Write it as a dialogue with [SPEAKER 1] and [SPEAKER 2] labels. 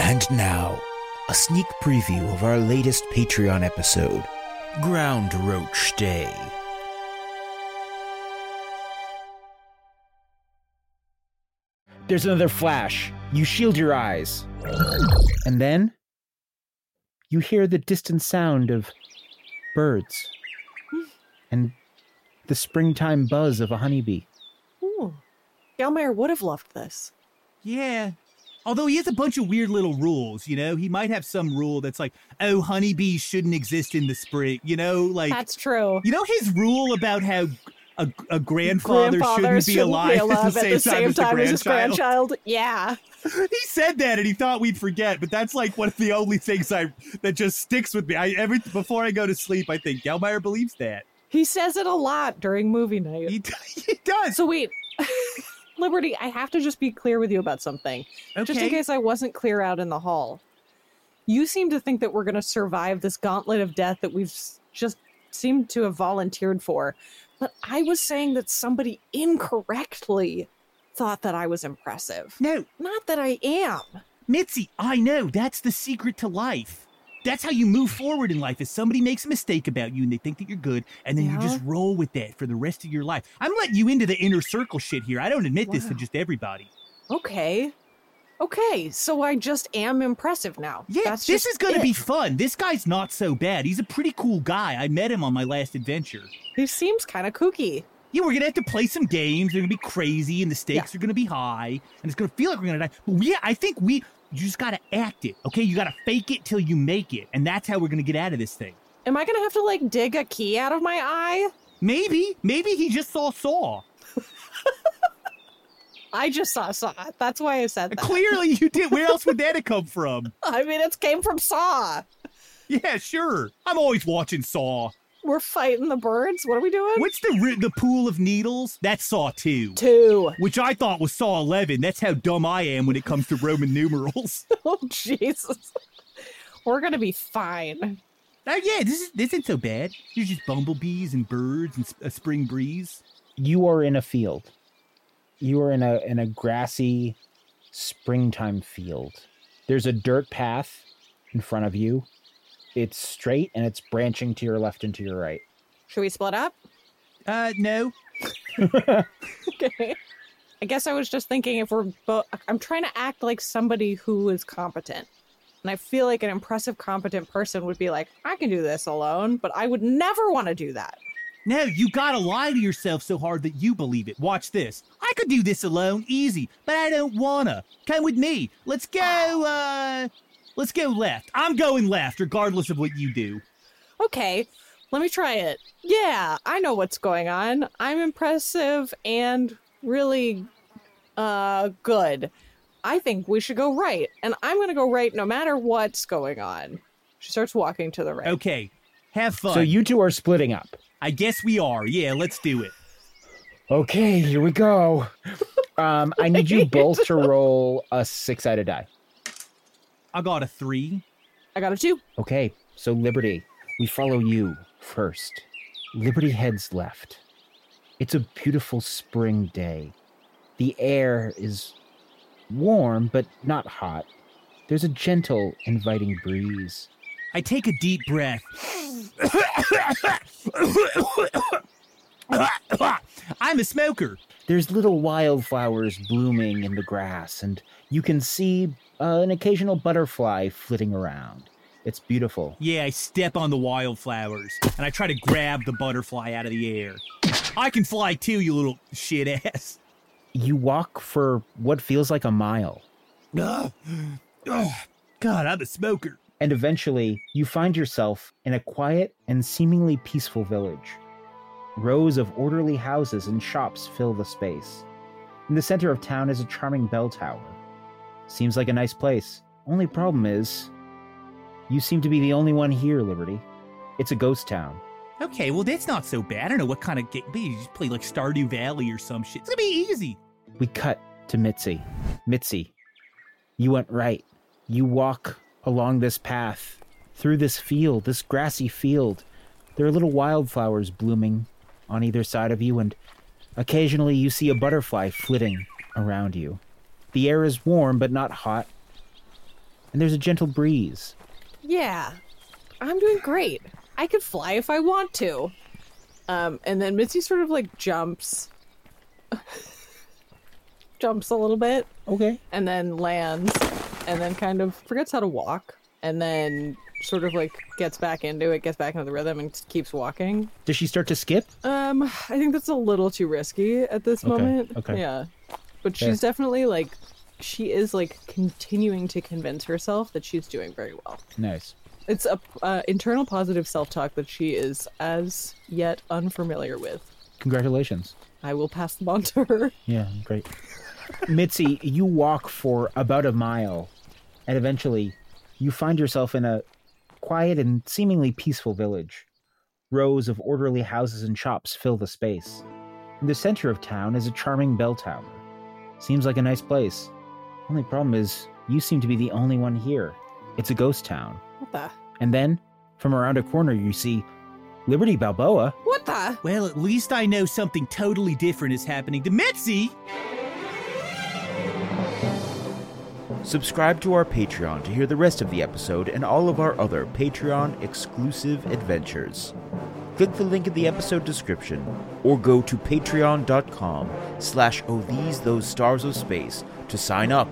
[SPEAKER 1] And now, a sneak preview of our latest Patreon episode Ground Roach Day. There's another flash. You shield your eyes. And then, you hear the distant sound of birds and the springtime buzz of a honeybee.
[SPEAKER 2] Ooh. Galmeyer would have loved this.
[SPEAKER 3] Yeah. Although he has a bunch of weird little rules, you know, he might have some rule that's like, oh, honeybees shouldn't exist in the spring, you know, like,
[SPEAKER 2] That's true.
[SPEAKER 3] you know, his rule about how a, a grandfather, shouldn't be alive, at the same, time, as, the grandchild.
[SPEAKER 2] Yeah.
[SPEAKER 3] He said that and he thought we'd forget, but that's like one of the only things I that just sticks with me. I every before I go to sleep, I think Gelmeyer believes that.
[SPEAKER 2] He says it a lot during movie night.
[SPEAKER 3] He, d- he does.
[SPEAKER 2] So wait, Liberty, I have to just be clear with you about something,
[SPEAKER 3] Okay.
[SPEAKER 2] just in case I wasn't clear out in the hall. You seem to think that we're going to survive this gauntlet of death that we've s- just seemed to have volunteered for, but I was saying that somebody incorrectly thought that I was impressive.
[SPEAKER 3] no,
[SPEAKER 2] Not that I am.
[SPEAKER 3] Mitzi, I know that's the secret to life. That's how you move forward in life. Is somebody makes a mistake about you and they think that you're good, and then you
[SPEAKER 2] Yeah.
[SPEAKER 3] just roll with that for the rest of your life. I'm letting you into the inner circle shit here. I don't admit this to
[SPEAKER 2] Wow.
[SPEAKER 3] just everybody.
[SPEAKER 2] Okay. Okay, so I just am impressive now.
[SPEAKER 3] Yeah,
[SPEAKER 2] That's
[SPEAKER 3] this
[SPEAKER 2] just
[SPEAKER 3] is gonna
[SPEAKER 2] it.
[SPEAKER 3] be fun. This guy's not so bad. He's a pretty cool guy. I met him on my last adventure.
[SPEAKER 2] He seems kind of kooky.
[SPEAKER 3] Yeah, we're gonna have to play some games. They're gonna be crazy, and the stakes are gonna be high, and it's gonna feel like we're gonna die. But yeah, I think we you just gotta act it, okay? You gotta fake it till you make it, and that's how we're gonna get out of this thing.
[SPEAKER 2] Am I gonna have to like dig a key out of my eye?
[SPEAKER 3] Maybe, maybe he just saw Saw.
[SPEAKER 2] I just saw Saw. That's why I said that.
[SPEAKER 3] Clearly, you did. Where else would that have come from?
[SPEAKER 2] I mean, it came from Saw.
[SPEAKER 3] Yeah, sure. I'm always watching Saw.
[SPEAKER 2] We're fighting the birds. What are we doing?
[SPEAKER 3] What's the ri- the pool of needles? That's Saw two,
[SPEAKER 2] Two.
[SPEAKER 3] which I thought was Saw eleven. That's how dumb I am when it comes to Roman numerals.
[SPEAKER 2] Oh Jesus. We're gonna be fine.
[SPEAKER 3] Oh yeah, this is this isn't so bad. There's just bumblebees and birds and s- a spring breeze.
[SPEAKER 1] you are in a field. You are in a in a grassy springtime field. There's a dirt path in front of you. It's straight and it's branching to your left and to your right.
[SPEAKER 2] Should we split up?
[SPEAKER 3] Uh, no.
[SPEAKER 2] Okay. I guess I was just thinking if we're both. I'm trying to act like somebody who is competent. And I feel like an impressive, competent person would be like, I can do this alone, but I would never want to do that.
[SPEAKER 3] No, you gotta lie to yourself so hard that you believe it. Watch this. I could do this alone, easy, but I don't wanna. Come with me. Let's go, uh, let's go left. I'm going left, regardless of what you do.
[SPEAKER 2] okay, let me try it. Yeah, I know what's going on. I'm impressive and really uh good. I think we should go right, and I'm gonna go right no matter what's going on. She starts walking to the right.
[SPEAKER 3] Okay, have fun.
[SPEAKER 1] So you two are splitting up.
[SPEAKER 3] I guess we are. Yeah, let's do it.
[SPEAKER 1] Okay, here we go. Um, I need you both to roll a six-sided die.
[SPEAKER 3] I got a three.
[SPEAKER 2] I got a two.
[SPEAKER 1] Okay, so Liberty, we follow you first. Liberty heads left. It's a beautiful spring day. The air is warm, but not hot. There's a gentle, inviting breeze.
[SPEAKER 3] I take a deep breath. I'm a smoker.
[SPEAKER 1] There's little wildflowers blooming in the grass, and you can see uh, an occasional butterfly flitting around. It's beautiful.
[SPEAKER 3] Yeah, I step on the wildflowers and I try to grab the butterfly out of the air. I can fly too, you little shit ass.
[SPEAKER 1] You walk for what feels like a mile.
[SPEAKER 3] Ugh. Ugh. God, I'm a smoker.
[SPEAKER 1] and eventually you find yourself in a quiet and seemingly peaceful village. Rows of orderly houses and shops fill the space. In the center of town is a charming bell tower. Seems like a nice place. Only problem is, you seem to be the only one here, Liberty. It's a ghost town.
[SPEAKER 3] Okay, well, that's not so bad. I don't know what kind of game. Maybe you just play like Stardew Valley or some shit. It's gonna be easy.
[SPEAKER 1] We cut to Mitzi. Mitzi, you went right. You walk along this path, through this field, this grassy field. There are little wildflowers blooming on either side of you, and occasionally you see a butterfly flitting around you. The air is warm but not hot. and there's a gentle breeze.
[SPEAKER 2] Yeah, I'm doing great. I could fly if I want to. Um, and then Mitzi sort of like jumps, jumps a little bit,
[SPEAKER 1] Okay.
[SPEAKER 2] and then lands, and then kind of forgets how to walk, and then sort of like gets back into it, gets back into the rhythm, and keeps walking.
[SPEAKER 1] Does she start to skip?
[SPEAKER 2] Um, I think that's a little too risky at this
[SPEAKER 1] Okay,
[SPEAKER 2] moment.
[SPEAKER 1] okay.
[SPEAKER 2] Yeah. But
[SPEAKER 1] Fair.
[SPEAKER 2] she's definitely like she is like continuing to convince herself that she's doing very well.
[SPEAKER 1] Nice.
[SPEAKER 2] It's a uh, internal positive self-talk that she is as yet unfamiliar with.
[SPEAKER 1] Congratulations.
[SPEAKER 2] I will pass them on to her.
[SPEAKER 1] Yeah, great. Mitzi, you walk for about a mile, and eventually you find yourself in a quiet and seemingly peaceful village. Rows of orderly houses and shops fill the space. In the center of town is a charming bell tower. Seems like a nice place. Only problem is, you seem to be the only one here. It's a ghost town.
[SPEAKER 2] What the?
[SPEAKER 1] And then, from around a corner, you see Liberty Balboa.
[SPEAKER 2] What the?
[SPEAKER 3] Well, at least I know something totally different is happening to Mitzi.
[SPEAKER 4] Subscribe to our Patreon to hear the rest of the episode and all of our other Patreon exclusive adventures. Click the link in the episode description or go to patreon.com slash oh these those stars of space to sign up.